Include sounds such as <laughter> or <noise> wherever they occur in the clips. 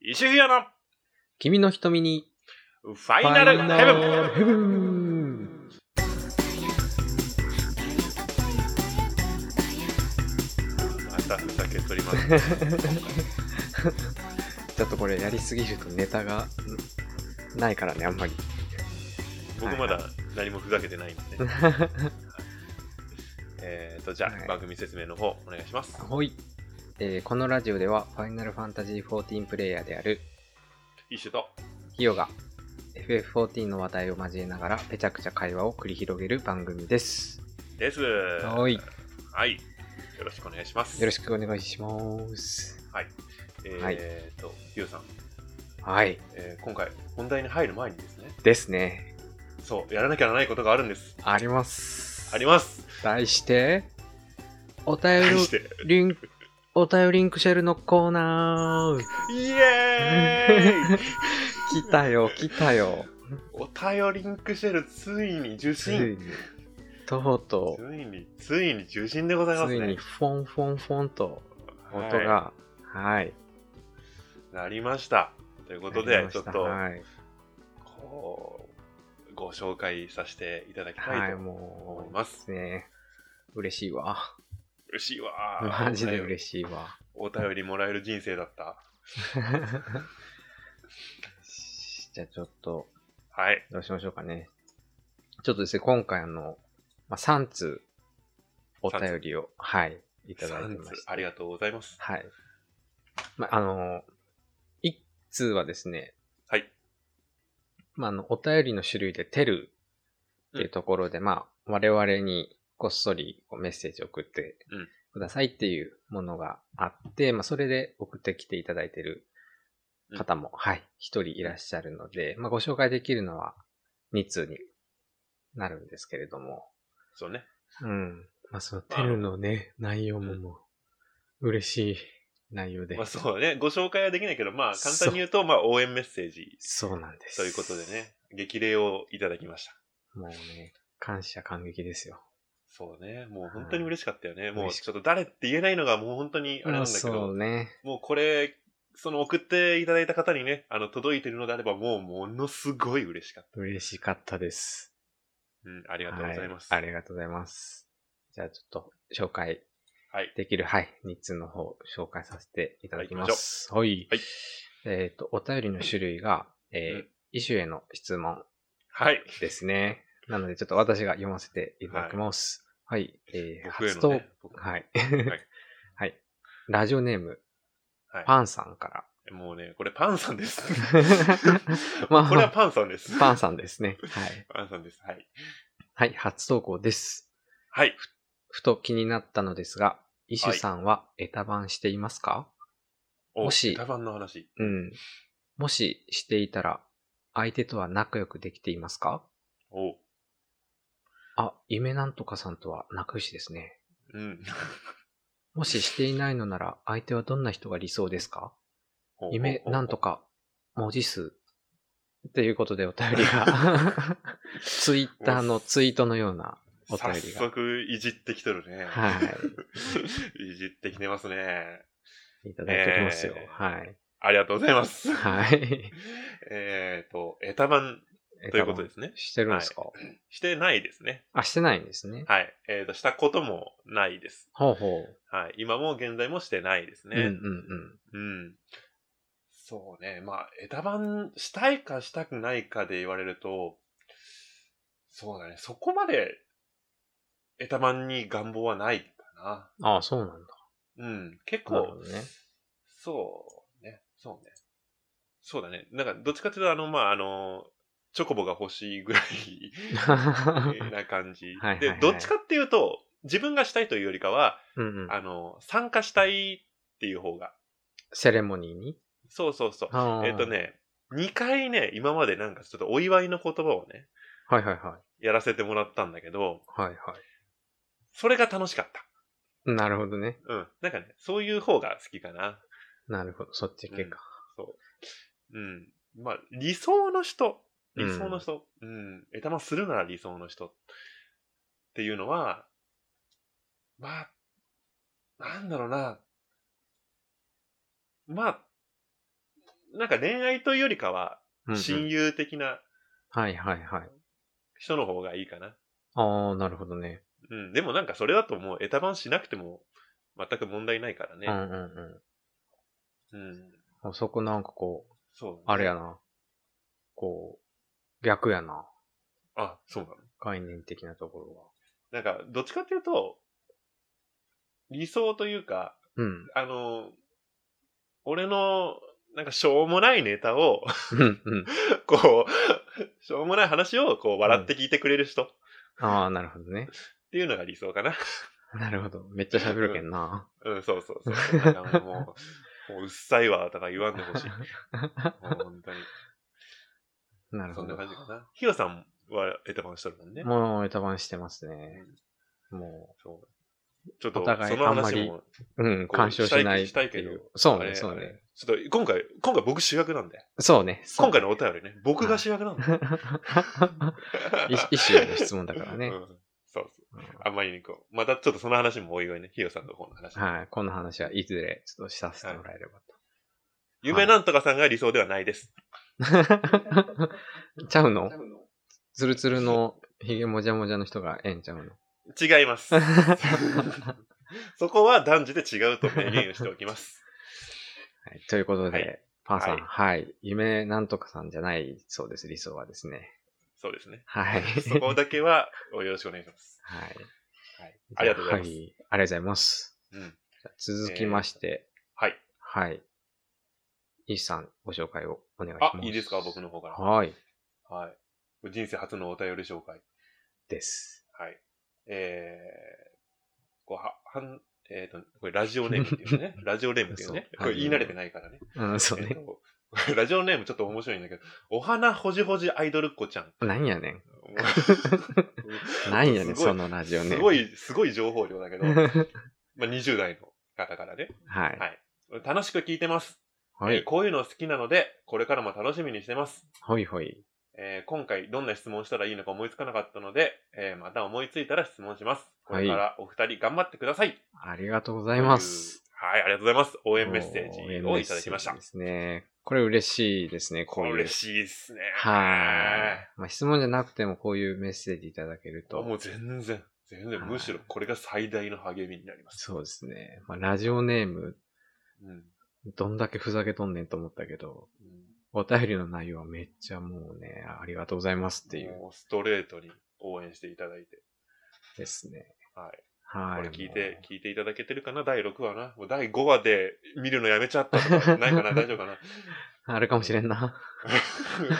石部屋の君の瞳にファイナルヘブンヘブンまたふざけとりますね。 <laughs> ちょっとこれやりすぎるとネタがないからねあんまり <laughs> 僕まだ何もふざけてないんでね。えっと、じゃはあい番組説明の方お願いします。はい、えーこのラジオではファイナルファンタジー14プレイヤーである一緒と。ヒヨが FF14 の話題を交えながらぺちゃくちゃ会話を繰り広げる番組ですです。ははいい。よろしくお願いします。よろしくお願いしますえっと、ゆうさん、はいえー今回本題に入る前にですね、ですねそう、やらなきゃならないことがあるんです。ありますあります。題してお便題りして。リンお便りリンクシェルのコーナーイエーイ <laughs> 来たよ来たよお便りリンクシェルついに受つい信にとうとつういに、ついに受信でございまつすいにね。フォンフォンフォンと音はがはいいなりました。ということなりでま、ちょしったと、はいこう、ご紹介させていただきたはいいとも思いうます。ね嬉しいわ嬉しいわー。 <laughs> マジでしい。嬉しいわお便りもらえる人生だった。じゃあちょっとはい。どうしましょうかねちょっとですね今回あの、まあ、3通お便りをはいいただいてま三し通たありがとうございます。はい。まあ、あの、一通はですね、はい。まあ、あの、お便りの種類でテルっていうところで、まあ、我々にこっそりこうメッセージを送ってうんくださいっていうものがあって、まあ、それで送ってきていただいてる方も、はい、一人いらっしゃるので、まあ、ご紹介できるのは2通になるんですけれども、そうね。うん。まあ、そのテルのね、内容ももう、嬉しい内容で。まあそうだね。ご紹介はできないけど、まあ簡単に言うと、まあ応援メッセージそうなんです。ということでね、激励をいただきました。もうね、感謝感激ですよ。そうね。もう本当に嬉しかったよね。もう嬉しちょっと誰って言えないのがもう本当にあれなんだけど、そうね。もうこれ、その送っていただいた方にね、あの、届いてるのであれば、もうものすごい嬉しかっ嬉しかったです。た。うん、ありあがとうございます。ありがとうございます。じゃあちょっと紹介はい。できる、はい、日通の方紹介させていただきます。はい。はいえっ、と、お便りの種類が、えーうんイシュへの質問はい。ですね。なのでちょっと私が読ませていただきます。はい。えー、僕へ初の投ね。僕はい。いはい。 <laughs> ラジオネーム、はいパンさんから。もうね、これパンさんです。 <laughs> <laughs> まあこれはパンさんです。パンさんですね。はい。パンさんです。はい。はい、初投稿です。はい。ふと気になったのですが、イシュさんはエタバンしていますか、おもし歌番の話。うん。もししていたら、相手とは仲良くできていますかおう。あ、夢なんとかさんとは仲良しですね。うん。もししていないのなら、相手はどんな人が理想ですかお夢なんと。か、文字数。っていうことでお便りが、ツイッターのツイートのようなおおお早便りが。速いじってきとるね。はい <laughs> 。いじってきてますね。い。いただいておきますよ。えーはい。ありがとうございます。はい。えっと、エタ版 <laughs> ということですね。してるんですか、してないですね。あ、してないんですね。はい。えっ、と、したこともないです。ほうほう。はい。今も現在もしてないですうんうんね。うん。うん。そうね。まあ、枝番したいかしたくないかで言われると、そうだね。そこまで枝番に願望はないかああ、そうなんだ。な。うん。結なるほ構、どね。そうね。そうね。そうだね。なんか、どっちかというと、あの、まあ、あの、チョコボが欲しいぐらいな感じ。 <laughs> はいはいはでい、どっちかっていうと、自分がしたいというよりかは、うんうん。あの、参加したいっていう方が。セレモニーにそうそうそう。ああえっ、と。ね、2回ね、今までなんかちょっとお祝いの言葉をね、はいはいはい。やらせてもらったんだけど、はいはそれが楽しかっい。なるほどね。た。うん。なんかね、そういう方が好きかな。なるほど。そっち系か。うん。まあ、理想の人。理想の人。うん。枝玉するなら理想の人。っていうのは、まあ、なんだろうな。まあ、なんか恋愛というよりかは、うんうん親友的なはいはいはい。人の方がいいかな。ああ、なるほどね。うん、でもなんかそれだともう、エタバンしなくても、全く問題ないからうんね。うんううん。ん。あそこなんかこう、そう、あれや。な。こう、逆やな。あ、そうなの。概念的なところなんか、どっちかっていうと、理想というか、が。うん。あの、俺の、なんかしょうもないネタを、 <laughs> うんうん。こう、しょうもない話を、こう、笑って聞いてくれる人っああ、なるほどね。ていうのが理想かな。 <laughs> なるほど。めっちゃ喋るけんな。うん、そうそうそう。 <laughs> なんかもう、もううっさいわ、とか言わんでほしい。もう本当に。なるそほんなど感。じかな。ヒロさんはエタバンしとるもんね。もう、エタバンしてますね。もそう。ちょっと、おそ互いのあんま話りも、う、うん、こう干渉しないしたいっていしたいうけど。そうあね、れそうね。ちょっと今回、今回僕主役なんで。そうね。そう今回のお便りね、僕が主役 <laughs> なんで。い一種の質問だからねう。んそうそう。あんまりね、こう、またちょっとその話もおいおいね、ヒヨさんの方の話。はい。この話はいずれちょっとさせてもらえれば夢なんとかさんが理想ではないです。 <laughs> と。ちゃうのツルツルのヒゲもじゃもじゃの人がええんちゃう <laughs> の違います。 <laughs> そこは男女で違うと明言しておきます。はい、ということで、はいパンさん、はいはい、夢なんとかさんじゃないそうです、理想はですね。そうですね。はい。そこだけは、およろしくお願いします。 <laughs> はい。はい。ありがとうございます。はありがとうございます。うん。じゃあ続きまして、はい。はい。イースさん、ご紹介をお願いしまあす。、いいですか僕の方から。はい。はい。人生初のお便り紹介。です。はい。えー、こう、は、はん、えっ、と、これラジオネームっていう <laughs> ね。ラジオネームっていうね。そうこれ言い慣れてないからね。うん、そうえっね。と <laughs> これラジオネームちょっと面白いんだけど、お花ほじほじアイドルっ子ちゃん。なん <laughs> やねん。もう <laughs> なんやねすん、ごいそのラジオね。すご。 <laughs> い、すごい情報量だけど、まあ20代の方からね。はい。楽しく聞いてます。はえーい。こういうの好きなので、これからも楽しみにしてます。ほいほい。えー今回どんな質問したらいいのか思いつかなかったので、えーまた思いついたら質問します。これからお二人頑張ってください。ありがとうございます。はい、ありがとうございます。応援メッセージおをいただきまし応た援メッセージで。すね。これ嬉しいですね、こういう。嬉しいですね。はい。まあ、質問じゃなくてもこういうメッセージいただけるあと。もう全然、全然、はいむしろこれが最大の励みになります。そうですね。まあ、ラジオネーム、うん。どんだけふざけとんねんと思ったけど、お便りの内容はめっちゃもうね、ありがとうございますっていうもうストレートに応援していただいて。ですね。はい。はい。これ聞いて、聞いていただけてるかな第6話な。もう第5話で見るのやめちゃったとか、ないか <laughs> な大丈夫かなもう。あれかもしれんな。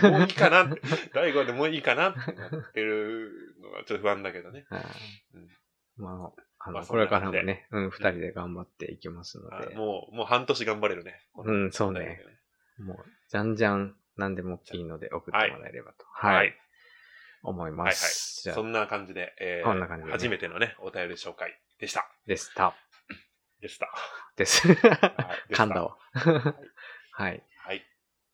もういいかなって、第5話でもういいかなってなってるのがちょっと不安だけどね。はいうんまあ、あの、まあこれからもそんなね、うん、二人で頑張っていきますのあで。もう、もう半年頑張れるね。うん、そうね。。もう、じゃんじゃん、何でもいいので送ってもらえればと。はい。はい。思います。そじゃあ、んな感じで、えーこんな感じでね初めてのね、お便り紹介でした。でした。でした。 <laughs> です。はいでした噛んだわ。はい。はい。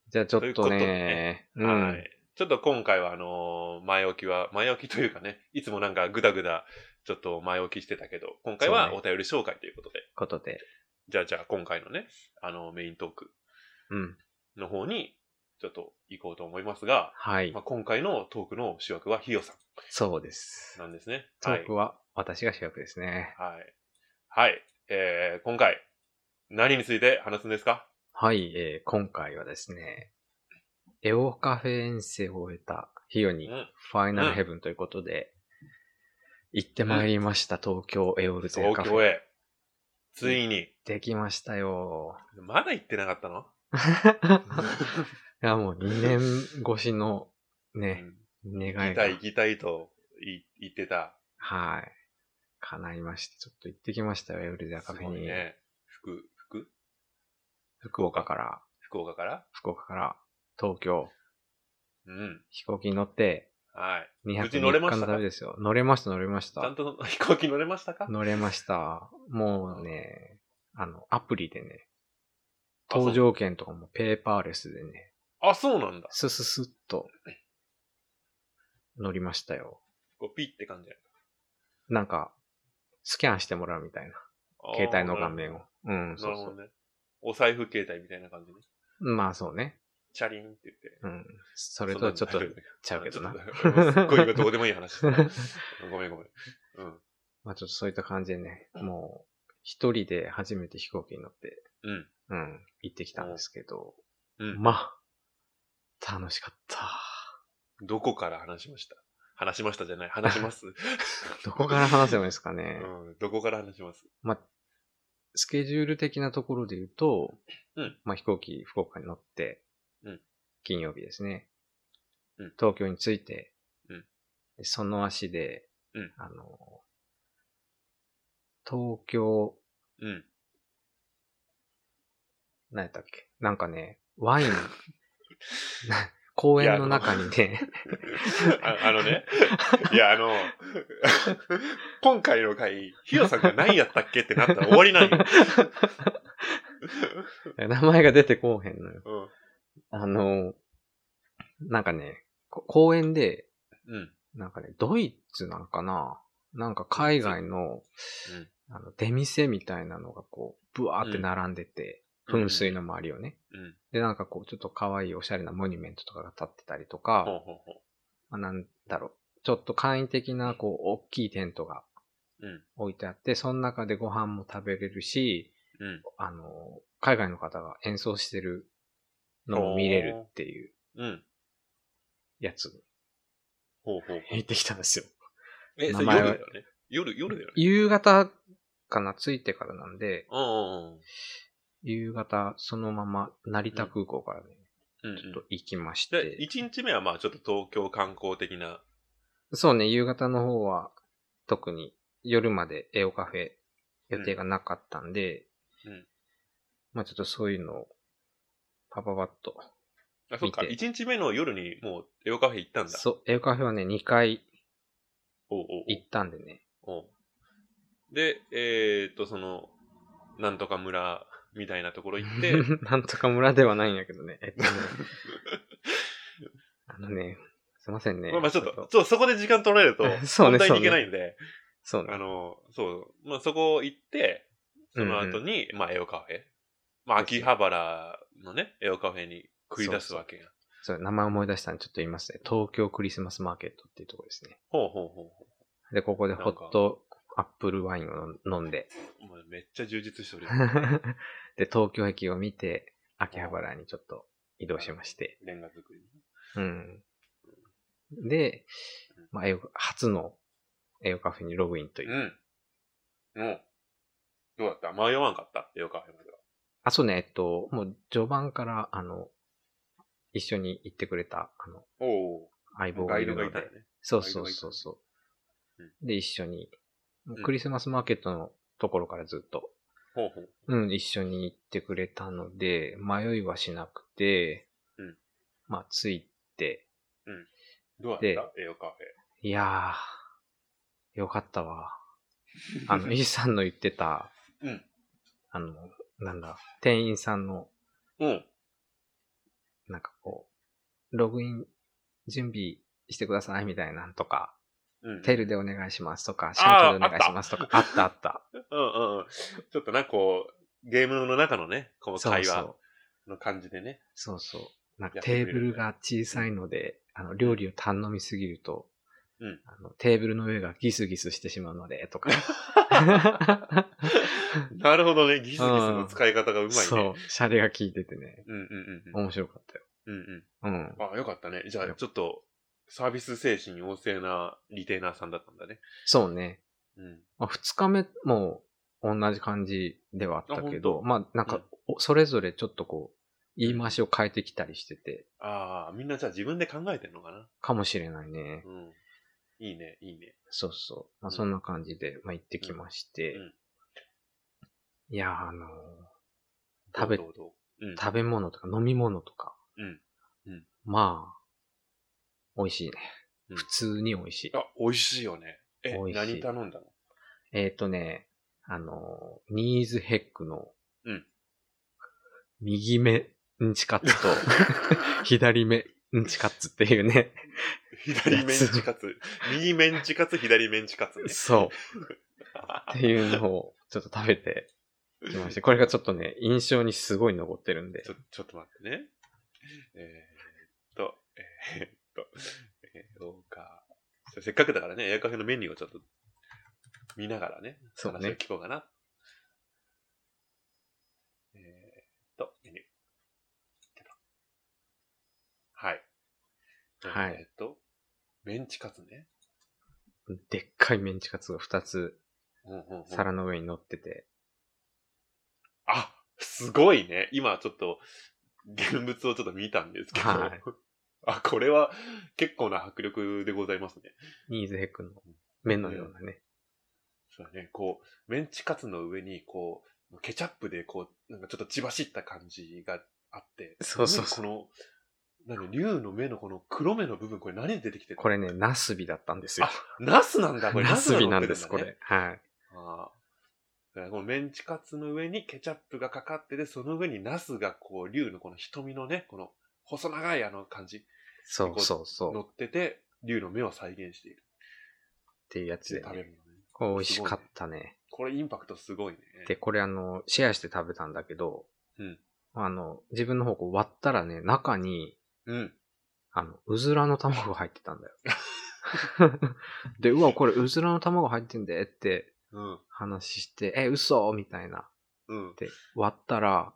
じゃあちょっということとでねね、うはん。い。ちょっと今回はあのー前置きは、前置きというかね、いつもなんかぐだぐだちょっと前置きしてたけど、今回はそうお便り紹介ということで、ことで、じゃあじゃあ今回のね、あのメイントークうん。の方にちょっと行こうと思いますが、はいまあ、。今回のトークの主役はヒヨさそうですん。なんですね。トはいーク。は私が主役ですね。はい。はい。えー、今回、何について話すんですかはい、えー今回はですね、エオカフェ遠征を終えたヒヨにうんファイナルヘブンということで、行ってまいりました、東京エオルゼカ東フ京ェ。へ。ついに、できました <laughs> よ。まだ行ってなかったの <laughs> いや、もう2年越しのね、行願いきがたい、行きたいとい言ってた。はい。叶いまして、ちょっと行ってきましたよ、エウレザカフェすごいに。ね。福、福福岡から、福岡から福岡から東京、うん。飛行機に乗って、はい。無2泊事乗れま3日したのか旅ですよ。乗れました、乗れましちゃんた。と <laughs> 飛行機乗れましたか乗れました。もうね、あの、アプリでね、あそう搭乗券とかもペーパーレスでね、あ、そうなんだ。スススッと乗りましたよ。こうピッって感じ。なんか、スキャンしてもらうみたいな。あー携帯の画。面を。うん、なそるうほそどう。ね。お財布携帯みたいな感じね。まあそうね。チャリンって言って。うん。それとちょっとちゃうけど <laughs> な。ちょっとすっごい今どうでもいい話したごめんごめん。うん。まあちょっとそういった感じでね、もう、一人で初めて飛行機に乗って、うん。うん、行ってきたんですけど、うん。まあ、楽しかった。どこから話しました話しましたじゃない。話し <laughs> ます。どこから話せばいいですかね。うん。どこから話しますまあ、スケジュール的なところで言うと、うんまあ飛行機、福岡に乗って、うん金曜日ですね、うん東京に着いて、うんでその足で、うんあの、東京、 <laughs> うん。何やったっけなんかね、ワイ <laughs> ン、な公園の中にね、ああのね。いや、あの、 <laughs> 今回の回、ヒロさんが何やったっけってなったら終わりなんよ。 <laughs> 名前が出てこうへんのよ。うん。あの、なんかね、こ公園で、うん。なんかね、ドイツなんかななんか海外の、うんあの、出店みたいなのがこう、ブワーって並んでて、噴水の周りをね。うん。うん。で、なんかこう、ちょっと可愛いおしゃれなモニュメントとかが立ってたりとほうか、ほうほまあ、なんだろう、ちょっと簡易的な、こう、大きいテントがう。うん。置いてあって、その中でご飯も食べれるし、うん。あの、海外の方が演奏してるのも見れるっていううん。やつにほうほう。行ってきたんですよ。え、それ名前夜はだよね。夜、夜だよね。夕方かな、着いてからなんで、うんうん夕方、そのまま成田空港からね、うん。うんちうょっんと行きましで、て、 1日目はまあちょっと東京観光的な。そうね、夕方の方は特に夜までエオカフェ予定がなかったんで、うんまあちょっとそういうのをパパパッと。あ、そっか。見1日目の夜にもうエオカフェ行ったんだ。そう、エオカフェはね、2回おうおう行ったんでね、おうで、えー、っと、その、なんとか村みたいなところ行って、 <laughs> <laughs> なんとか村ではないんやけどね、えっとね <laughs> あのね、すいませんね。、まあまあちょっと、ちょっとそこで時間取られると <laughs> そうね本題に行けないんで、そうねあ。の、そう、まあそこ行って、その後に、まあエオカフェ。まあ秋葉原のね、エオカフェに繰り出すわけや。そう、名前思い出したんでちょっと言いますね。東京クリスマスマーケットっていうところですね。ほうほうほうほで、ここでホットアップルワインを飲んで、う。もうめっちゃ充実してる。 <laughs> で、東京駅を見て、秋葉原にちょっと移動しまして、レンガ作り。うん。で、まあ、エオ初のエオカフェにログインという。うん。もう、どうだった迷わんかったエオカフェまでは。あ、そうね、えっと、もう序盤から、あの、一緒に行ってくれた、あの、おお。相棒がガいイるドがのいたよでね、。そうそうそうそう、ガイドがいたで、一緒に、んクリスマスマーケットのところからずっと、ほうほう。うん、一緒に行ってくれたので、迷いはしなくて、うんまあ、着いて、どうだっでたエオカフいやー、よかった <laughs> わ。あの、イーさんの言ってた、ェ。うん。あの、なんだ、店員さんの、うん。なんかこう、ログイン準備してくださいみたいなんとか、うん。テールでお願いしますとか、シャンプーでお願いしますとか、あったあ <laughs> った。うんうんうん。ちょっとな、こう、ゲームの中のね、このそう会そ話う。の感じでね。そうそう。なんかやってくれテーるブルが小さいので、あの、料理を頼みすぎると、うんあのテーブルの上がギスギスしてしまうので、と <laughs> か。なるほどね。ギスギスの使い方がうまいね。そう。シャレが効いててね。うんうんうんうん。面白かったよ。うんうん。うん。ああ、よかったね。じゃあ、ちょっと、サービス精神旺盛なリテーナーさんだったんだね。そうね。うん。まあ、二日目も同じ感じではあったけど、まあなんうんか、おそれぞれちょっとこう、言い回しを変えてきたりしてて、ああ、みんなじゃあ自分で考えてんのかな。かもしれないね。うん。いいね、いいね。そうそう。まうあんそんな感じで、まあ行ってきまして、うんいやー、あのー食べどうどうどううん。食べ物とか飲み物とか。うんうんまあ、美味しいね。うん普通に美味しい。あ、美味しいよね。え、美味しい何頼んだのえっ、とね、あの、ニーズヘックの、うん右目、うんちカッ <laughs> ツと、左目、うんちカッツっていうね。左メンチカ <laughs> ツ。右メンチカツ、左メンチカツね。そう。っていうのを、ちょっと食べて、来まして、これがちょっとね、印象にすごい残ってるんでち。ょ、ちょっと待ってね。えー、っと、えー、っと、えー、どうか。せっかくだからね、エアカフェのメニューをちょっと見ながらね、そうね話を聞こうかな。えー、っと、メニュー。出たはい。はいえー、っと、メンチカツね。でっかいメンチカツが2つうんうんうん皿の上に乗ってて、あ、すごいね。今ちょっと、現物をちょっと見たんですけど。はい <laughs> あ、これは結構な迫力でございますね。ニーズヘックの目のようなね。そうだね。こう、メンチカツの上に、こう、ケチャップで、こう、なんかちょっと血走った感じがあって。そうそうそうこの、なんか竜の目のこの黒目の部分、これ何で出てきてるこれね、ナスビだったんですよあ。ナスなんだ、これ。ナスビなんナでスす、がこ乗ってるんだねれ。はい。ああ。だからこのメンチカツの上にケチャップがかかってて、その上にナスがこう、竜のこの瞳のね、この細長いあの感じ、そうそうそう。乗っってて、竜の目を再現している。ていうやつで、食べね。るのね。これ美味しかったね。これインパクトすごいね。で、これあの、シェアして食べたんだけど、うんあの、自分の方こう割ったらね、中に、うん。あの、うずらの卵が入って <laughs> たんだよ。で、うわ、これうずらの卵入ってんでってうん。話して、え、嘘みたいな。うんっ。て割ったら、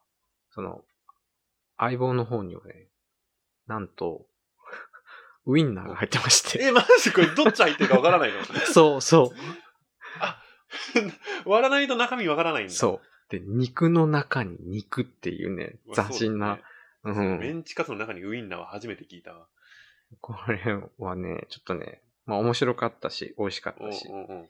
その、相棒の方にはね、なんと、 <laughs> ウインナーが入ってまして。え、マジこれどっち入ってるかわからないのそうそ割らないと中身わからないんう。だ。そう。で、肉の中に肉っていうね、うわ斬新な。うそうだねメん。ンチカツの中にウインナーは初めて聞いたわ。これはね、ちょっとね、まあ面白かったし、美味しかったしう。んうんうん。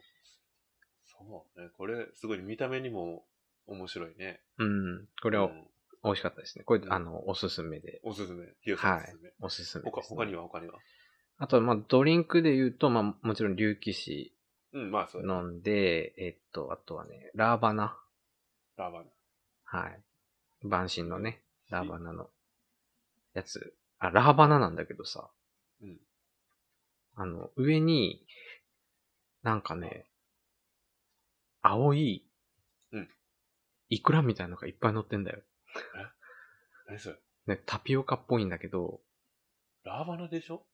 そうね。これ、すごい見た目にも面白いね。うん。これはうん美味しかったですね。これう、んあの、おすすめで。おすすめ。ひよさんおすすめ。おすすめ他です、他には他には。あと、まあ、ドリンクで言うと、まあ、もちろん、竜騎士うん、まあそうだね。飲んで、えっと、あとはね、ラーバナ。ラーバン。はい。晩神のね、ラーバナのやつ。あ、ラーバナなんだけどさ。うん。あの、上に、なんかね、青い、うん。イクラみたいなのがいっぱい乗ってんだよ。何それね、タピオカっぽいんだけど、ラーバナでしょ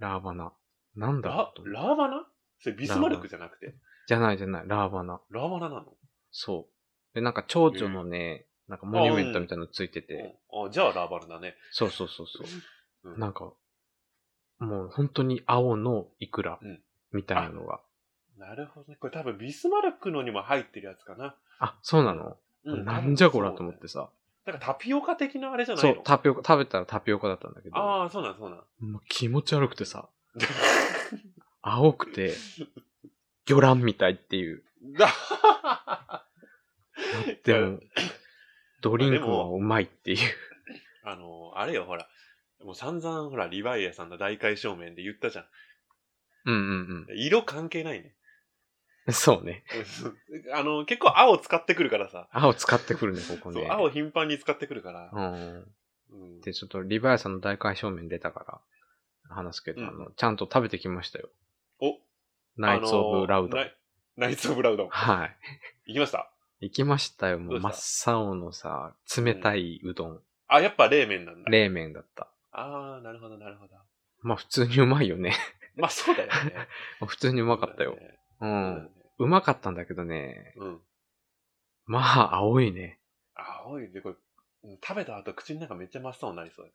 ラーバナ。なんだろラうと思うラーバナそれビスマルクじゃなくて、じゃないじゃない、ラーバナ。ラーバナなのそう。で、なんか蝶々のね、なんかモニュメントみたいなのついてて、うんあじゃあラーバナだね。そうそうそうそう。うんなんか、もう本当に青のイクラうんみたいなのが。なるほどね。これ多分ビスマルクのにも入ってるやつかな。あそうなの、うんなんじゃこらと思っ。多分てさ。そうねなんかタピオカ的なあれじゃないそのう、タピオカ、食べたらタピオカだったんだけど、ああ、そうなん、そうなん。もう気持ち悪くてさ、青 <laughs> くて、魚卵みたいっていう。だでいやも、ドリンクまあではもうまいっていう。あの、あれよ、ほら。もう散々、ほら、リヴァイアさんの大会正面で言ったじゃん。うんうん色関係ないね。 <laughs> うん。そうね。あの、結構青使ってくるからさ。青使ってく <laughs> るね、ここそうね。、青頻繁に使ってくるから。うん。うんで、ちょっとリバヤさんの大会正面出たから話すけど、うんあの、ちゃんと食べてきましたよ。お、ナイツ・オブ・ラウドあの。ナイナイツ・オブ・ラウド。はい。行きました行きましたよ。もどううした真っ青のさ、冷たいうどん、あ、やっぱ冷麺なんだ。冷麺だった。ああ、なるほど、なるほど。まあ普通にうまいよね。 <laughs> まあ、そうだよね。普通 <laughs> にううまかったよ。だね。う。うんん。うまかったんだけどね。うん。まあ、青いね。青いで、これ、うん食べた後、口の中めっちゃ真っ青になり <laughs> そう。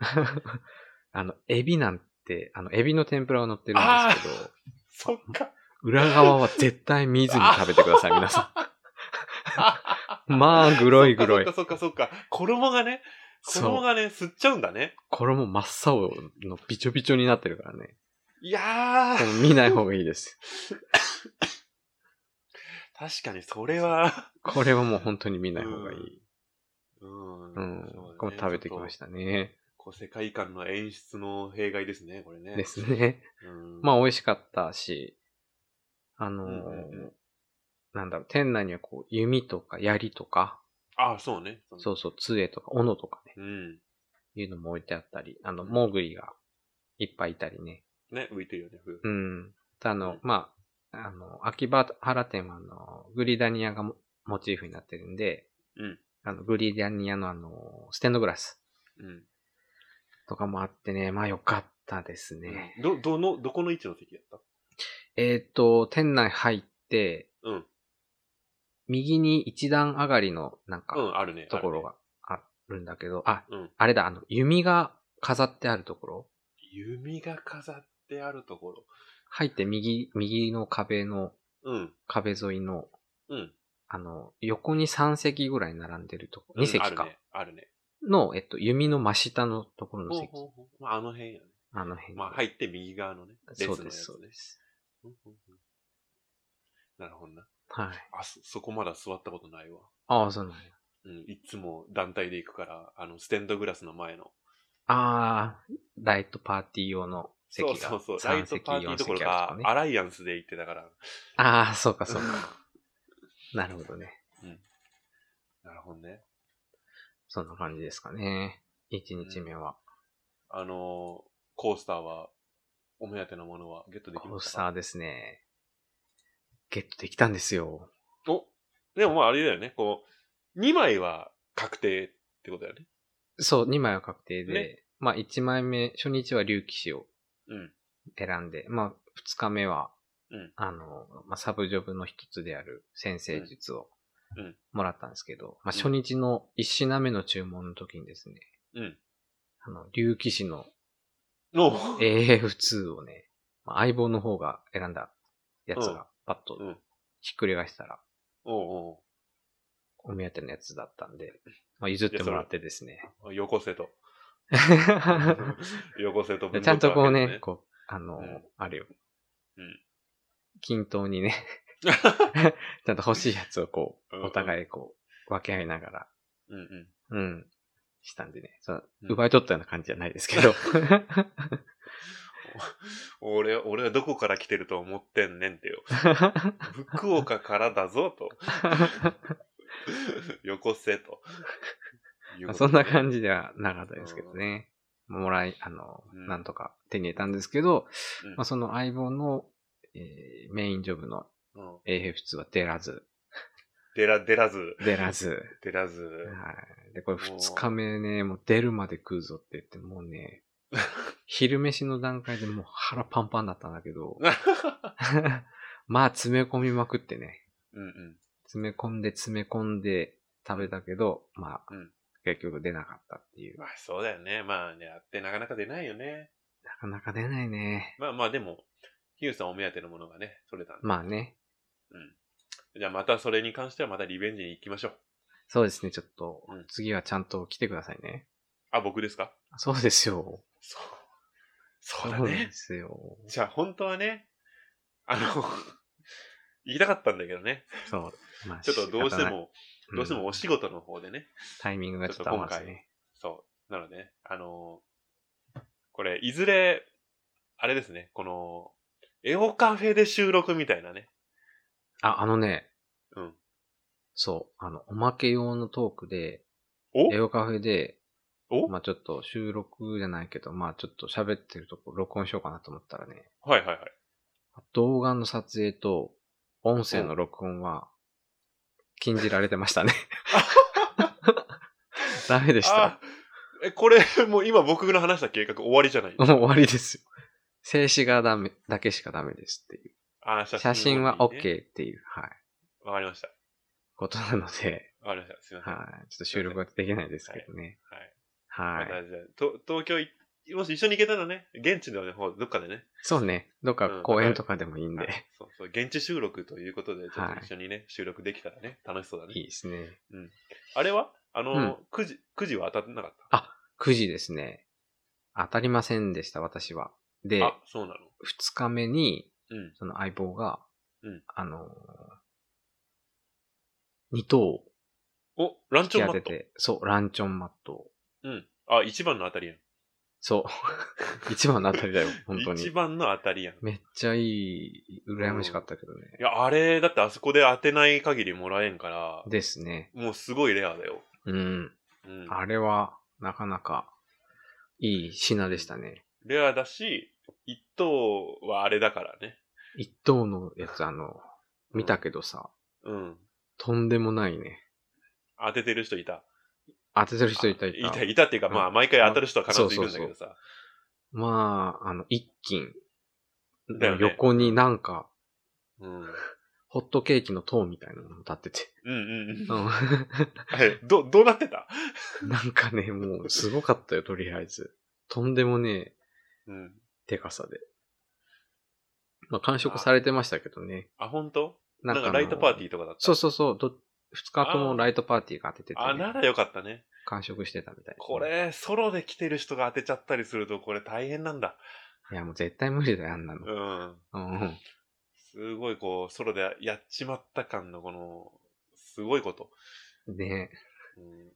あの、エビなんて、あの、エビの天ぷらは乗ってるんですけど、そっか。裏側は絶対見ずに食べてく <laughs> ださい、皆さん。まあ、グロいグロいそっ。かそっかそっか。衣がね、そ衣う。がね、吸っちゃうんだね。衣真っ青のびちょびちょになってるからね。いやでー、も見ない方がいいです。確かにそれは。これはもう本当に見ない方がいい。うん。。うん。これ食べてきましたちょっとたね。こう世界観の演出の弊害ですね、これね。ですね。うん。まあ、美味しかったし、あのーうんうんうんなんだろう、店内にはこう、弓とか槍とか、あ、あそうね。う。そうそう、杖とか、斧とかね、うん。いうのも置いてあったり、あの、モーグリがいっぱいいたりね。ね、浮いてるよね、風。うん。あの、うんまあ、あの、秋葉原店はあの、グリダニアがモモチーフになってるんで、うんあの、グリーディアニアのあの、ステンドグラスうん。とかもあってね、まあ良かったですね。ど、どの、どこの位置の席だったえっ、と、店内入って、うん右に一段上がりのなんうか、ん、あるね。ところがあるんだけど、あ、あるね。うん。あれだ、あの、弓が飾ってあるところ弓が飾ってあるところ。入って右、右の壁の、うん。壁沿いの、うん。あの、横に3席ぐらい並んでるとこ、うん2席か、あるね。あるね。の、えっと、弓の真下のところのほう席、ほうほう。まあ、あの辺やね。あの辺。まあ、入って右側のね。そうです、列そのうやつねです。うんうんうんなるほどな。はい。あ、そ、そこまだ座ったことないわ。ああ、そうなんや。うん。いつも団体で行くから、あの、ステンドグラスの前の。ああ、ライトパーティー用の席そがうそうそう。ライ3ト席、パーティ4ーどころ席あるかとか、ね。アライアンスで行ってたから。ああ、そうか、そ <laughs> うか。なるほどね。なるほどね。そんな感じですかね。1日目は。あのー、コースターは、お目当てのものはゲットできコまーしたスかターですね。ゲットできたんですよ。おでもまああれだよね。こう、2枚は確定ってことだよね。そう、2枚は確定で、ねまあ1枚目、初日は竜騎士をうん。選んで、まあ2日目は、うんあの、まあサブジョブの一つである先生術をうんうんもらったんですけど、まあ初日の1品目の注文の時にですね、うん。あの、竜騎士のの、 AF2 をね、まあ相棒の方が選んだやつがパッとうんひっくり返したら、おうお目当てのやつだったんで、まあ、譲ってもらってですね。おうよこせ <laughs> と。よこせとで分ちゃんとこうね、取ったわこう、あのー、うんあれよ。うん均等にね、 <laughs> ちゃんと欲しいやつをこうんう、うんお互いこう、分け合いながら、けですねうんうん。うん、したんでね、そのうん奪い取ったような感じじゃないですけど、俺、俺はどこから来てると思ってんねんて <laughs> よ。福岡からだぞと。よこせと。 <laughs> そんな感じ。じではなかったですけどね。もらい、あの、うんなんとか手に入れたんですけど、うんまあ、その相棒の、えーメインジョブのうん。 AF2 は出らず、出ら、出らず。出らず、出らず。はい。で、これもう二日目ね、もう出るまで食うぞって言って、も <laughs> うね、昼飯の段階でもう腹パンパンだったんだ <laughs> けど、 <laughs> まあ詰め込みまくってね、うんうん。詰め込んで詰め込んで食べたけど、まあ、うん結局出なかったっていう。まなあそうだよね。まあね、あってなかなか出ないよね。かなか出ないね。まあまあでも、ヒューさんお目当てのものがね、取れたんで。まあね、じゃあまたそれに関してはまたリベンジに行きましょう。そうですね、ちょっとうん、次はちゃんと来てくださいね。あ、僕ですかそうですよ。そう。そうだねで。すよ。じゃあ本当はね、あの、 <laughs> 言いたかったんだけどね。そう。まあちょっとどうして、も、仕方ないどうしてもお仕事の方でね。んタイミングがちょっと合わずね。そう。なのでね、あのーこれ、いずれ、あれですね、この、エゴカフェで収録みたいなね。あ、あのね、うん。そう、あの、おまけ用のトークで、おエオカフェで、おまあちょっと収録じゃないけど、まあちょっと喋ってるとこ録音しようかなと思ったらね、はいはいはい。動画の撮影と音声の録音は禁じられてまし <laughs> たね。ダメでしたあ。え、これ、 <laughs> もう今僕の話した計画終わりじゃないもう終わりですよ。静止画ダメ、だけしかダメですっていう。あ写真はの方に OK ねっていう、はい、わかりました。ことなので、わかりました。すいません。ははい、ちょっと収録はできないですけどね。い。はまい。たじゃあ、と東京い、もし一緒に行けたらね、現地の方、どっかでね。そうね。どっかうん公園とかでもいいんはでい。そうそう、現地収録ということで、ちょっはとい一緒にね、収録できたらね、楽しそうだね。 <laughs> いいですね。あれはあの、うん9時、9時は当たってなかっ9時ですね。当たりませんでした、私は。で、た。 2あ、そうなの。日目に、うん。その相棒が、うんあのー、2等お、ラン引チきョンマ当てット。て、そう、ランチョンマットを。うん。あ、一番の当たりやん。 <laughs> そう。一番の当たりだよ、本当一に。番の当たりやん。いめっちゃいい、羨ましかったけどね。や、あれ、だってあそこで当てない限りもらえんから、ですね。もうすごいレアだよ。うん。うん。あれは、なかなか、いい品でしたね。レアだし、一等はあれだからね。一等のやつ、あの、見たけどさ、うん。とんでもないね。当ててる人いた。当ててる人いたいいたた、。いたっていうか、まあ、うん毎回当たる人は必ずいるんだけどさ。まあ、あの、一斤だよのね横になんか、うん。うんホットケーキの塔みたいなのも立ってて。うんうん。うあれ、ど、どうなってたん <laughs> なんかね、もうすごかったよ、とりあえず。とんでもねえうん。でかさで。まあ、完食されてましたけどね。あ、本当ななんかライトパーティーーとかだった。そうそうそう。ど二日ともライトパーティーが当ててて、あ、ならよかったね。完食してたみたいですねこれ、ソロで来てる人が当てちゃったりすると、これ大変なんだ。いや、もう絶対無理だよ、あんなの。うん。うん。すごい、こう、ソロでやっちまった感の、この、すごいこと。ね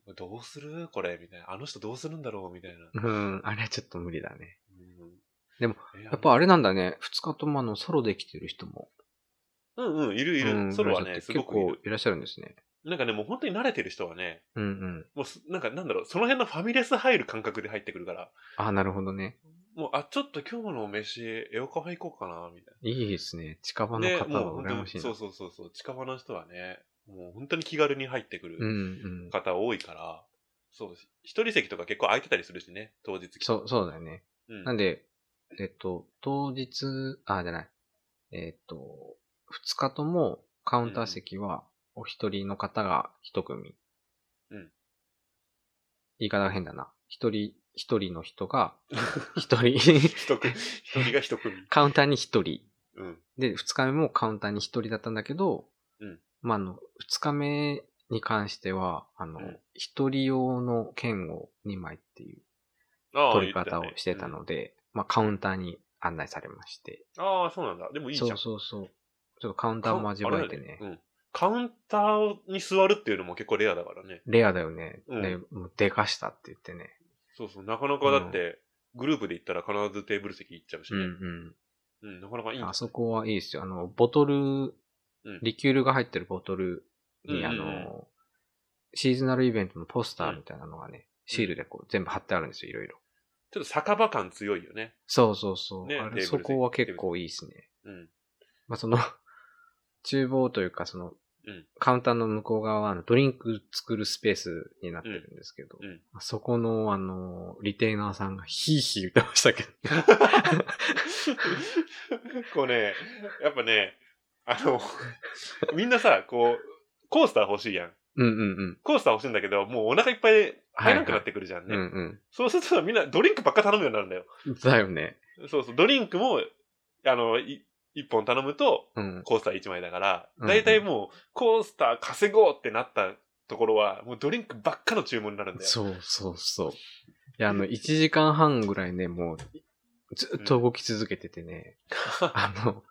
うん、どうするこれ、みたいな。あの人どうするんだろうみたいな。うん。あれはちょっと無理だね。うんでも、えやっぱあれなんだね。二日ともあの、ソロできてる人も。うんうん、いるいうる。んソロはいらね、っしゃすってご結くい構る。いらっしゃるんですね。なんかね、もう本当に慣れてる人はね、うんうん。もうす、なんかなんだろう、その辺のファミレス入る感覚で入ってくるから、あ、なるほどね。もう、あ、ちょっと今日のお飯、エオカフェ行こうかな、みたいいいですね。近場な。ので、方もはう羨本ま当しいに、な。そうそうそうそう、近場の人はね、もう本当に気軽に入ってくうんるうん。方多いから、そう、一人席とか結構空いてたりするしね、当日来てそう、そうだよね。うんなんで、えっと、当日、あ、じゃない。えっと、二日ともカウンター席は、お一人の方が一組。うん。言い方が変だな。一人、一人の <laughs> 人が、一人、一 <laughs> 組、一人が一組。カウンターに一人。うん。で、二日目もカウンターに一人だったんだけど、うんまあ、あの、二日目に関しては、あのうん、一、人用の券を2枚っていうああ取り方をしてた。言っので、まあ、カウンターに案内されまして。たねうんああ、そうなんだ。でもいいじゃそん。うそうそう。ちょっとカウンターも味わえてねカウ。ン。あれだうんカウンターに座るっていうのも結構レアだからね。レアだよね。うんで、もうでかしたって言ってね。そうそう、なかなかだって、グループで行ったら必ずテーブル席行っちゃうしうんね。うん。うん、なかなかいいんだあそこはいいですよ。あの、ボトルうん、リキュールが入ってるボトルうんに、あうんの、シーズナルイベントのポスターみたいなのがね、シールでこう全部貼ってあるんですよ、いろいろ。ちょっと酒場感強いよね。そうそうそう。ねあテーブルれ席そこは結構いいですね。 <laughs> うん。まあ、その、厨房というか、そのうん、カウンターの向こう側はあのドリンク作るスペースになってるんですけど、うんうんそこの、あの、リテイナーさんがヒーヒー言ってまし <laughs> たけど、結構ね、やっぱね、あの、みんなさ、こう、コースター欲しいやん。うんうんコースター欲しいんだけど、もうお腹いっぱいで入らなくなってくるじゃんうん。うね。んそうするとみんなドリンクばっか頼むようになるんだよ。うん。だよね。そうそう、ドリンクも、あの、い一本頼むと、うん。コースター1枚だから、うんだいたいもう、コースター稼ごうってなったところは、もうドリンクばっかの注文になるんだよ。そうそうそう。いや、あの、1時間半ぐらいね、もう、ずっと動き続けてて <laughs> ね、あの、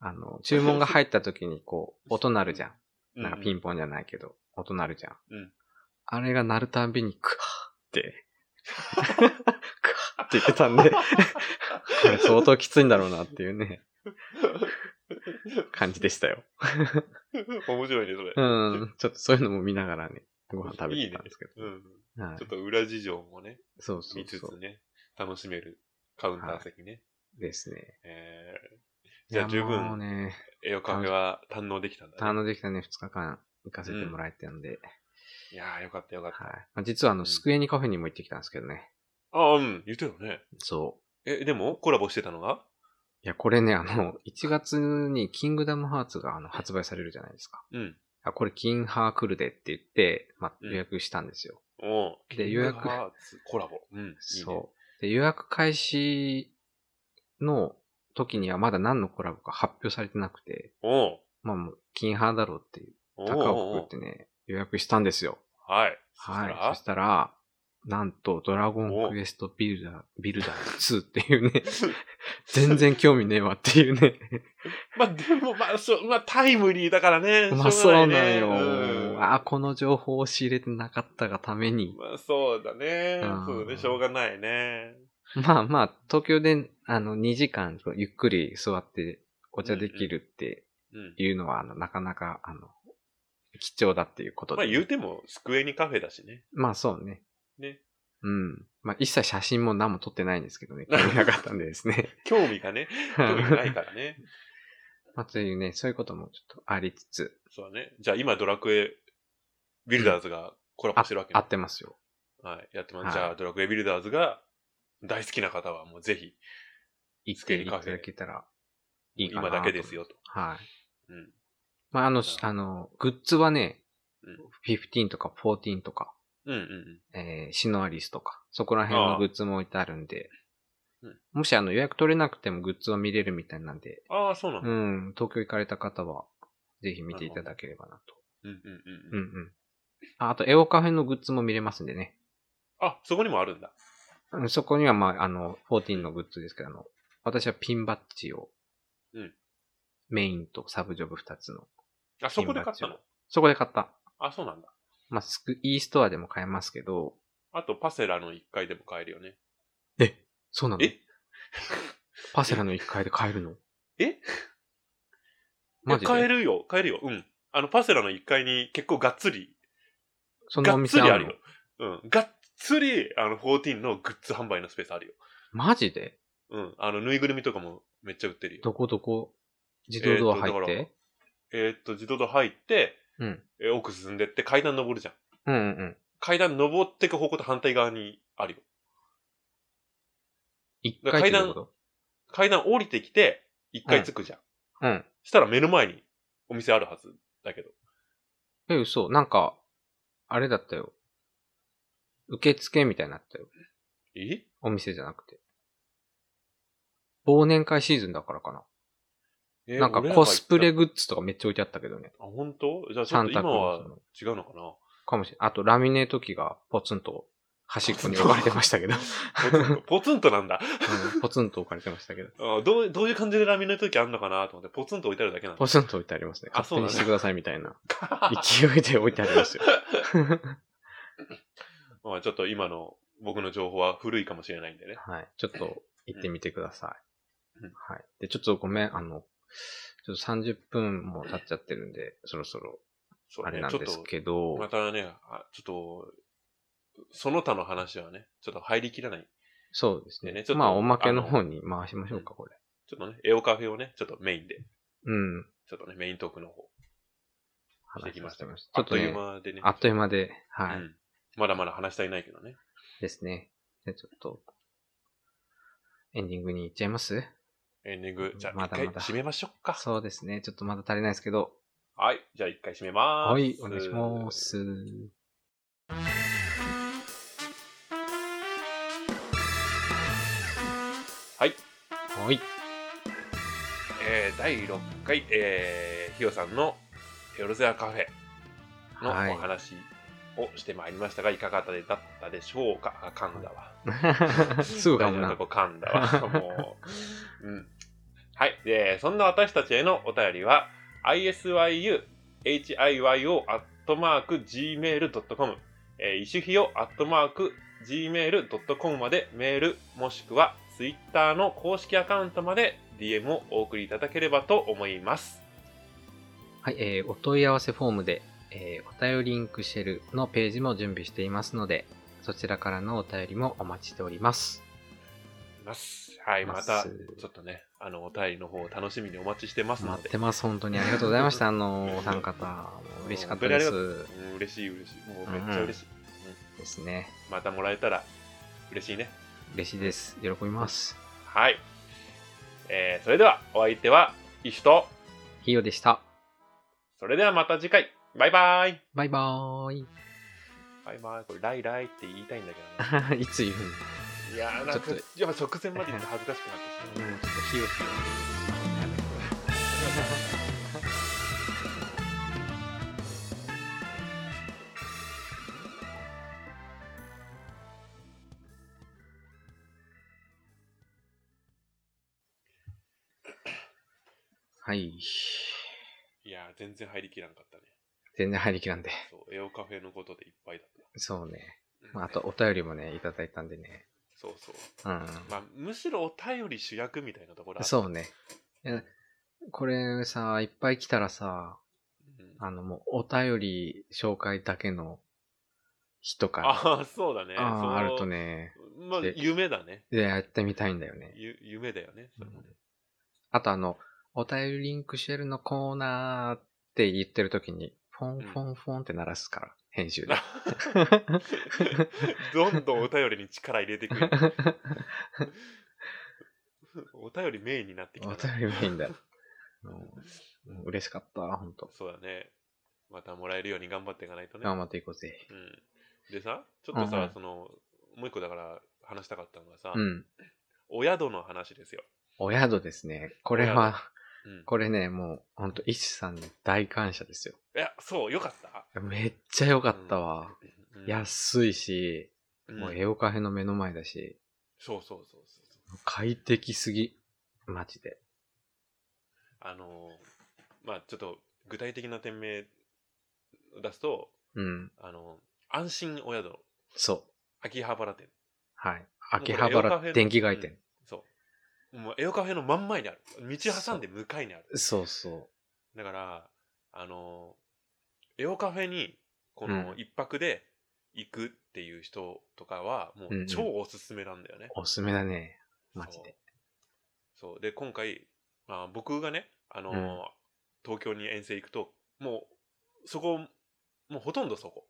あの、注文が入った時にこう、音鳴るじゃん。うなんかピンポンじゃないけど、音鳴るじゃん。うんあれが鳴るたんびに、クワーって、 <laughs> クワーって言ってたんで、これ相当きついんだろうなっていうね、感じでしたよ。 <laughs> 面白いね、それ。うん。ちょっとそういうのも見ながらね、ご飯食べてたんですけど。うん。はいちょっと裏事情もね、そうそ見うつそつね、楽しめるカウンター席ね。う。ですね。えーじゃあいや十もう分、ね、エオカフェは堪能できたんだ堪ね。能できたね、2日間行かせてもらえてたんで。いやー、よかったよかった。はい。まあ実はあうの、んスクエニカフェにも行ってきたんですけどね。ああ、うん、言ってたよね。そう。え、でも、コラボしてたのがいや、これね、あの、1月にキングダムハーツがあの発売されるじゃないですか。うん。あ、これ、キンハー来るでって言って、まあ、うん予約したんですよ。おうで予約キングハーツコラボ。うん。いいねそう。で、予約開始の時にはまだ何のコラボか発表されてなくて、おうまあもう、キンハーだろうっていう、おう高おうをくってね、予約したんですよ。はい。はい。そそししたら、なんと、ドラゴンクエストビルダー、ビルダー2っていうね、 <laughs> たら全。然興味ねえわっていうね。 <laughs> まあ、でも、まあ、そう、まあ、タイムリーだからね。まあそうな <laughs> んしょよ。うがいねうんあ、この情報を仕入れてなかったがために。まあ、そうだねう。んそうだね。しょうがないね。まあまあ、東京で、あの、2時間ゆっくり座ってお茶できるってうん。いうのは、あの、なかなか、あの、貴重だっていうことまあ、で。言うても、スクエニカフェだしね。まあそうね。ね。うん。まあ一切写真も何も撮ってないんです <laughs> けどね。興味なかったんでですね。興味が <laughs> ね、興味がないからね。まあというね、そういうこともちょっとありつつ。そうだね。じゃあ、今、ドラクエビルダーズがコラボあしてるわけ合ねってますよ。はい。やってはまいす。じゃあ、ドラクエビルダーズが大好きな方はもうぜひ、行っスケてールいカたフェだけたらいいかな今だけです。よと。はい。うん。まあ、あのじゃ、ああの、グッズはね、うん15とか14とか、うんうんえーシノアリスとか、そこら辺のああグッズも置いてあるんでうん、もしあの予約取れなくてもグッズは見れるみたいなんで、うん。ああ、そうなんうだ。ん、東京行かれた方は、ぜひ見ていただければなと。うんうんううんんううん。ん。ああと、エオカフェのグッズも見れますんでね。あ、そこにもあるんだ。うんそこには、まあ、あの、14のグッズですけど、あの、私はピンバッジをうん、メインとサブジョブ2つの、あ、そこで買ったのそこで買った。あ、そうなんだ。まあ、スク、e ストアでも買えますけど、あと、パセラの1階でも買えるよね。そうなのえ <laughs> パセラの1階で買えるのえマジで買えるよ、買えるよ。うん。あの、パセラの1階に結構がっつり、そのがおっつ店りああるるのよ。うん。がっつり、あの、14のグッズ販売のスペースあるよ。マジでうん。あの、ぬいぐるみとかもめっちゃ売ってるよ。どこどこ自動ドア入っえーて、えーっと、自動ドア入って、うん。えー奥進んでって階段登るじゃん。うんうんうん。階段登ってく方向と反対側にあるよ。 1階ってどういうこと階段降りてきて、1階着くじゃん。うん。したら目の前にお店あるはずだけど。え、嘘。なんか、あれだったよ。受付みたいになったよ。えお店じゃなくて。忘年会シーズンだからかな。えーなんか俺らがコスプレ行っグッズとかめっちゃ置いてあったけどね。たあ、本当？じゃあちょサっとン今タクはロースの。違うのかなかもしれない。あとラミネート機がポツンと端っこに置かれてましたけど。ポツンとポツンとなんだ。うんポツンと置かれてましたけど。あどうどういう感じでラミの時あんのかなと思って、ポツンと置いてあるだけなんだポ。ツンと置いてありますね。あ勝手にしてくださいみたいな <laughs> ま勢いで置いてあり <laughs> ますよ。あちょっと今の僕の情報は古いかもしれないんでね。はい。ちょっと行ってみてくださいうん。はい。で、ちょっとごめん、あの、ちょっと30分も経っちゃってるんで、そろそろそうあれねなんちょっですと、けど、またね、あちょっと、その他の話はね、ちょっと入りきらない。そうですでねねちょっ。とまあ、おまけの方に回しましょうか、これ。ちょっとね、エオカフェをね、ちょっとメインで、うん。ちょっとね、メイントークの方、してきました話をしあてっとまちょいっうとね、間でね。あっという間で、はうい。んまだまだ話したいないけどね。ですね。じゃあちょっと、エンディングに行っちゃいますエンディング、じゃあま一だ回まだ締めましょうか。そうですね。ちょっとまだ足りないですけど、はい、じゃあ一回締めます。はい、お願いしま。す。はい。はい。えー第6回、えー、ひよさんのエロゼアカフェのはいお話をしてまいりましたが、いかがだったでしょうかあ、噛んだわ。 <laughs> <laughs> すぐか大事もななと。こ噛んだわ。もう。うん。はい。で、そんな私たちへのお便りは、isyuhiyo.gmail.com、えー、イシュヒヨ .gmail.com までメール、もしくは Twitter の公式アカウントまで DM をお送りいただければと思います。はい、えーお問い合わせフォームで、えーお便りリンクシェルのページも準備していますので、そちらからのお便りもお待ちしております。ますはい。また、ますちょっとね、あの、お便りの方を楽しみにお待ちしてますの待っでて。ます、本当にありがとうござい <laughs> ました。あの、お三方、もう嬉しかったで本す当。うん、嬉しい嬉しい。もうめっちゃ嬉しい。ですね。またもらえたら嬉しいね。嬉しいです。喜びます。はい。えー、それでは、お相手は、イシュと、ひよでした。それではまた次回。バイバーイ。バイバーイ。バイバーイ。これ、ライライって言いたいんだけ <laughs> どね。いつ言うのいやー、なんかちょっ、やっぱ直前まで言って恥ずかしくなってでしまう。もちょっとひよひよ。はい。いやー、全然入りきらんかったね。全然入りきらんで。そう、エオカフェのことでいっぱいだっそうね。た。まあ、あと、お便りもね、いただいたんでね。そうそう。うん。まあ、むしろお便り主役みたいなところあったそうね。いやこれさ、いっぱい来たらさ、うんあの、もう、お便り紹介だけの人かああ、そうだね。ら、あそうああると。ね、まあ、夢だね。でやってみたいんだよね。ゆ夢だよね。それもねあとあの、お便りリンクシェルのコーナーって言ってる時に、フォンフォンフォンって鳴らすから。編集で。 <laughs> どんどんお便りに力入れてくる。お便りメインになってきたおな。便りメインだ。 <laughs> うんうん嬉しかった、本当そうだね。またもらえるように頑張っていかないとね。頑張っていこうぜ。うん、でさ、ちょっとさ、うんうんその、もう一個だから話したかったのがさ、うん。お宿の話ですよ。お宿ですね。これは、うん、これね、もう、ほんと、石さんに大感謝ですよ。いや、そう、よかっためっちゃ良かったわ。。うん、安いし、うんもう、エオカフェの目の前だし、そうそうそうそうそう。快適すぎ。マジで。あのーまあちょっと具体的な店名を出すと、うん。あのー安心お宿、そう。秋葉原店。はい。これ秋葉エオカフェ原の電気街店。そう。もうエオカフェの真ん前にある。道挟んで向かいにある。そうそだから、あのーエオカフェに、このうん一泊で行くっていう人とかは、もうんううん超おすすめなんだよね。う。おすすめだね。マジそうで。。そう。で、今回、あ僕がね、あのーうん東京に遠征行くと、もう、そこ、もうほとんどそこ。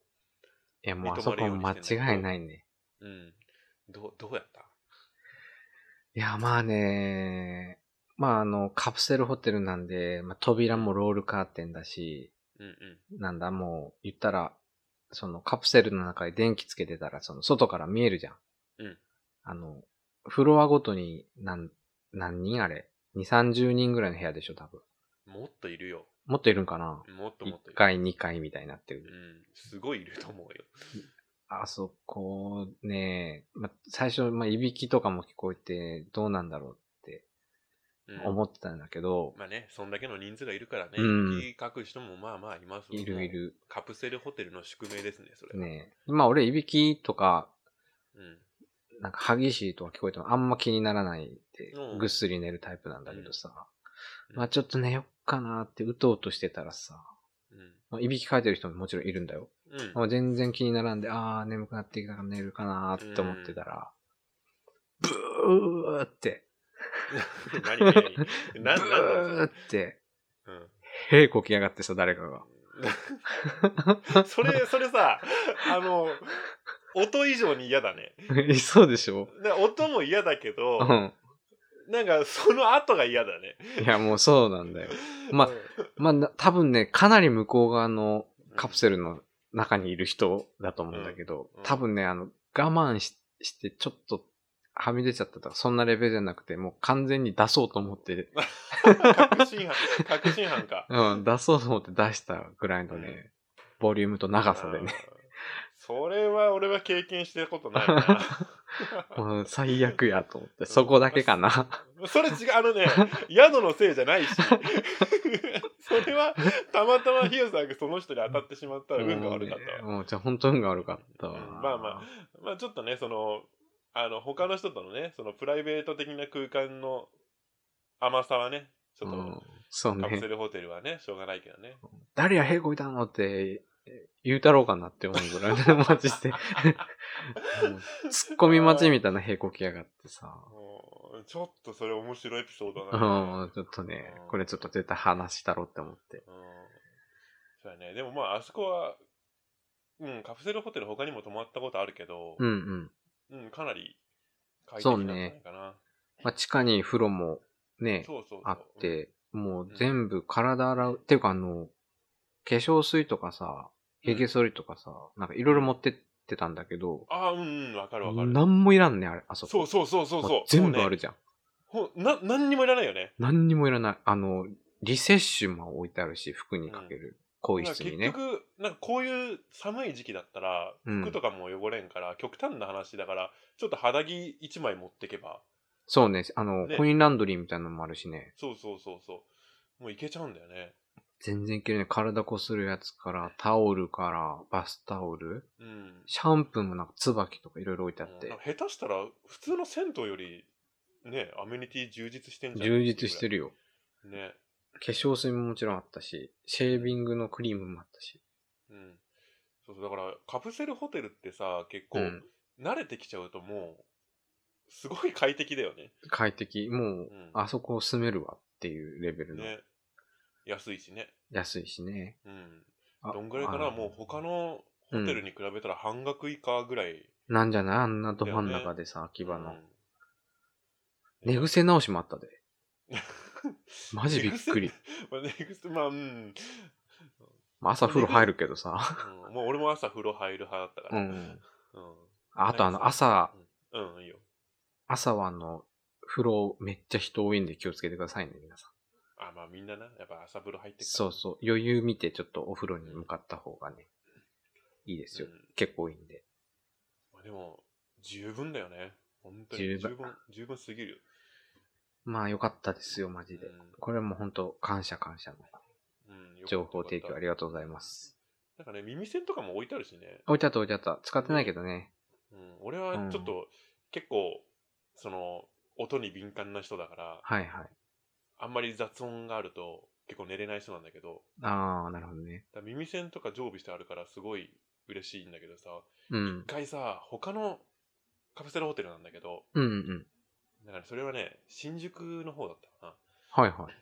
いや、もうあ見そ泊まこりを間してんだけど違いないね。うん。どう、どうやったいや、まあね、まああの、カプセルホテルなんで、まあ、扉もロールカーテンだし、うんうん。なんだ、もう、言ったら、そのカプセルの中で電気つけてたら、その外から見えるじゃん。うん。あの、フロアごとに、なん、何人あれ ?2、30人ぐらいの部屋でしょ、多分。もっといるよ。もっといるんかなもっともっとい ?1 る。階、2階みたいになってうる。ん。すごいいると思うよ。あそこね、ま、最初、ま、いびきとかも聞こえて、どうなんだろう、うんって思ってたんだけど、まあね、そんだけの人数がいるからね、うんいびき書く人もまあまあいますわいるい。もうる。カプセルホテルの宿命ですね、それは。ねまあ俺、いびきとか、うん。なんか激しいとは聞こえてもあんま気にならないでうん、ぐっすり寝るタイプなんだけどさ。まあちょっと寝よっかなってうとうとしてたらさ、うん。まあいびきかいてる人ももちろんいるんだよ。うん。まあ全然気にならんで、あー眠くなってきたから寝るかなーって思ってたら、ブーって、何 <laughs> 何何なブんなんーだって、ろうへーこきやがってさ、誰かが。 <laughs> うん。それ、それさ、あの、音以上に嫌だね。いそうでしょで音も嫌だけどう、ん。なんかその後が嫌だね。いや、もうそうなんだよ。まあまあな多分ね、かなり向こう側のカプセルの中にいる人だと思うんだけど、うんうん多分ね、あの、我慢しして、ちょっと、はみ出ちゃったとか、そんなレベルじゃなくて、もう完全に出そうと思って、確信犯、確信犯か。うん、出そうと思って出したぐらいのね、ボリュームと長さでね、あー。それは俺は経験したことないな。もう最悪やと思って、そこだけかな。それ違う、あの <laughs> ね、宿のせいじゃないし、 <laughs> それはたまたまヒヨさんがその人に当たってしまったら <laughs> 運が悪かったわ。もうねもう、じゃあ本当運が悪かったわ。うんまあままあちょっとね、その、あの、他の人とのね、そのプライベート的な空間の甘さはね、ちょっうとん、そうカプセね。ルホテルはね、しょうがないけどね。誰や、へいこいたのって、言うたろうかなって思うぐらいのマジ <laughs> で。もうツッコミ待ちみたいな屁こきやがってさ。もうちょっとそれ面白いエピソードうだな。ん、ちょっとね、これちょっと絶対話したろって思って。うんそうやね。でもまあ、あそこは、うん、カプセルホテル他にも泊まったことあるけど、うんうん。うん、かなり快適なんじゃないかな。まあ、地下に風呂もね、そうそうそう。あって、もう全部体洗う。っていうかあの、化粧水とかさ、うん、髭剃りとかさ、なんかいろいろ持ってってたんだけど、ああ、うんうん、わかるわかる。なんもいらんね、あれ、あそこ。そうそうそうそうそうもう。全部あるじゃん。もうね。ほんな、何にもいらないよね。何にもいらない。あの、リセッシュも置いてあるし、服にかける。更衣室にね結。局、なんかこういう寒い時期だったら、うん服とかも汚れんから、極端な話だから、ちょっと肌着一枚持ってけば、そうね、あの、ねコインランドリーみたいなのもあるしね。そうそうそうそう。もういけちゃうんだよね。全然いけるね。体こするやつから、タオルから、バスタオル、うん。シャンプーもなんか、椿とかいろいろ置いてあっうんなてん、か下手したら、普通の銭湯より、ね、アメニティ充実してんじゃん。充実してるよ。ね。化粧水ももちろんあったし、シェービングのクリームもあったし。うん。そうそう、だから、カプセルホテルってさ、結構、うん慣れてきちゃうともう、すごい快適だよね。快適。もううん、あそこ住めるわっていうレベルの。ね。安いしね。安いしね。うん。あどんぐらいかなあもう他のうホテルん。に比べたら半額以下ぐらい。なんじゃないあんなど真ん中でさ、秋葉うの。ん寝癖直しもあったで。マジびっくり。 <laughs> まあねまあ、うん。まあ朝風呂入るけどさ。うんもう俺も朝風呂入る派だったかうら。ん。うん。あとあの、朝、うん、いいよ。朝はあの、風呂めっちゃ人多いんで気をつけてくださいね、皆さん。あ、まあみんなな、やっぱ朝風呂入ってっからそうそう。余裕見てちょっとお風呂に向かった方がね、いいですよ。うん結構多いんで。まあでも、十分だよね。本当に十十分分、十分すぎるよ。まあよかったですよ、マジで。これも本当感謝感謝のうん、うん情報提供ありりがとうございます。なんかね、耳栓とかも置いてあるしね。置いてあった置いてあった。使ってないけどね。うん、俺はちょっと、結構、その、音に敏感な人だから、はいはい。あんまり雑音があると、結構寝れない人なんだけど、ああ、なるほどね。だから耳栓とか常備してあるから、すごい嬉しいんだけどさ、う一ん。回さ、他のカプセルホテルなんだけど、うんうん。だからそれはね、新宿の方だったかはいはな。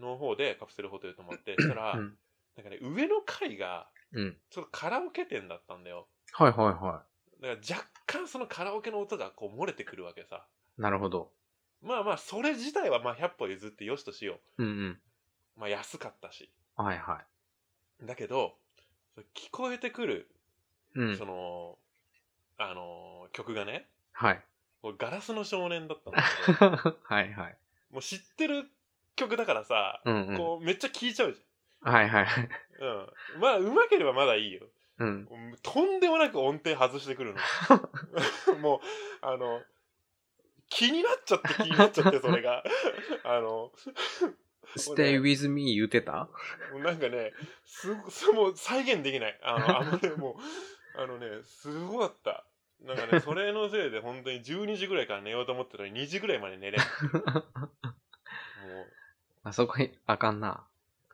の方でカプセルホテル泊ま <coughs> って、したら、い。うん。なんかね、上の階が、うん。ちょっとカラオケ店だったんだよ。はいはいはだから若干そのカラオケの音がこう漏れてくるわけさ。い。なるほど。まあまあ、それ自体はまあ100歩譲ってよしとしようんうん。う。まあ安かったし。はいはだけど、それ聞こえてくる、い。うんそ。の、あのー曲がね、はい。こうガラスの少年だったんだけど、 <laughs> はいはい。もう知ってる曲だからさ、うんうん。こうめっちゃ聴いちゃうじはいはいはい。ゃん。うん。まあ、うまければまだいいよ。うん。うんとんでもなく音程外してくる <laughs> の。もう、あの、気になっちゃって気になっちゃって、それが。あ <laughs> の、 stay with me 言うてたもうなんかね、すご、それもう再現できない。あの、あの <laughs> ね、もう、あのね、すごかった。なんかね、それのせいで本当に12時ぐらいから寝ようと思ってたのに2時ぐらいまで寝れん。あそこに、あかんな。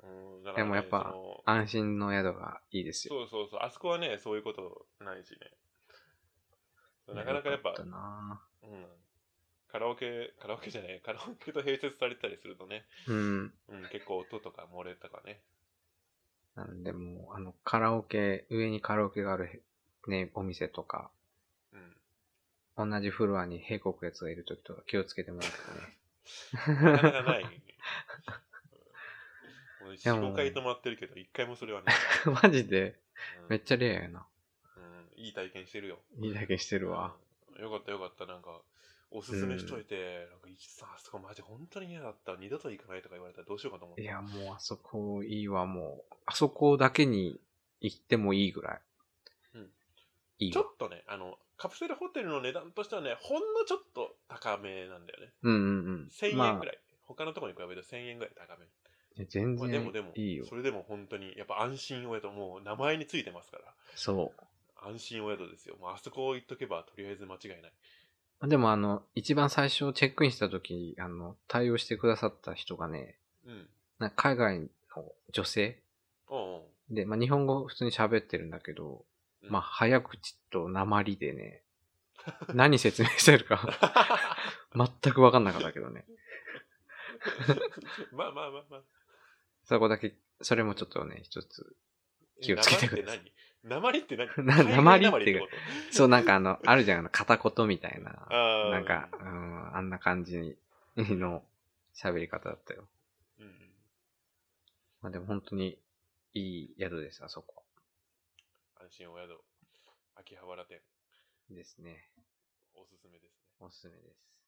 もう、うん、だでもやっぱその安心の宿がいいですよ。そうそうそう、あそこはね、そういうことないしね。なかなかやっぱよ、たなうん。カラオケ、カラオケじゃない、カラオケと併設されてたりするとね、うん。うん、結構音とか漏れとかね。なんでもう、あの、カラオケ、上にカラオケがあるへ、ね、お店とか、うん。同じフロアに閉国やつがいるときとか気をつけてもらってな <laughs> かなかない。 <laughs> 俺、やもう4、5回泊まってるけど、1回もそれ <laughs> はない。ね。マジで、うめんっちゃレアやな。うん、いい体験してるよ。いいだけしてるわ。うん。よかったよかった、なんか、おすすめしといて、なんか、いちさん、あそこマジ本当に嫌だった。二度と行かないとか言われたらどうしようかと思って。いや、もうあそこいいわ、もう。あそこだけに行ってもいいぐらい。うんいいちょわ。っとね、あの、カプセルホテルの値段としてはね、ほんのちょっと高めなんだよね。うんうん1000うん。円まぐらい、他のところに比べて1000円ぐらい高め、あ、全まあ、でもで然もいいよそ。れでも本当にやっぱ安心お宿もう名前についてますからそう。安心お宿ですよもうあそこ行っとけばとりあえず間違いないまあでもあの、一番最初チェックインした時、あの、対応してくださった人がね、うんなんか海外の女性おうで、まあ日本語普通に喋ってるんだけど、おう <laughs> まあ早口と鉛でね、 <laughs> 何説明してるか <laughs> 全くわかんなかったけどね。うんまあまあまあまあそこだけ、それもちょっとね、一つ。気をつけてください鉛って何 <laughs> な鉛って何鉛っていう海外ことそうなんかあの、あるじゃ <laughs> ん、あの片言みたいな、あーなんか、うん、あんな感じの喋り方だったよ。うんうんまあでも本当にいい宿です、あそこ。安心お宿秋葉原店ですね。おすすめですねおすすめです。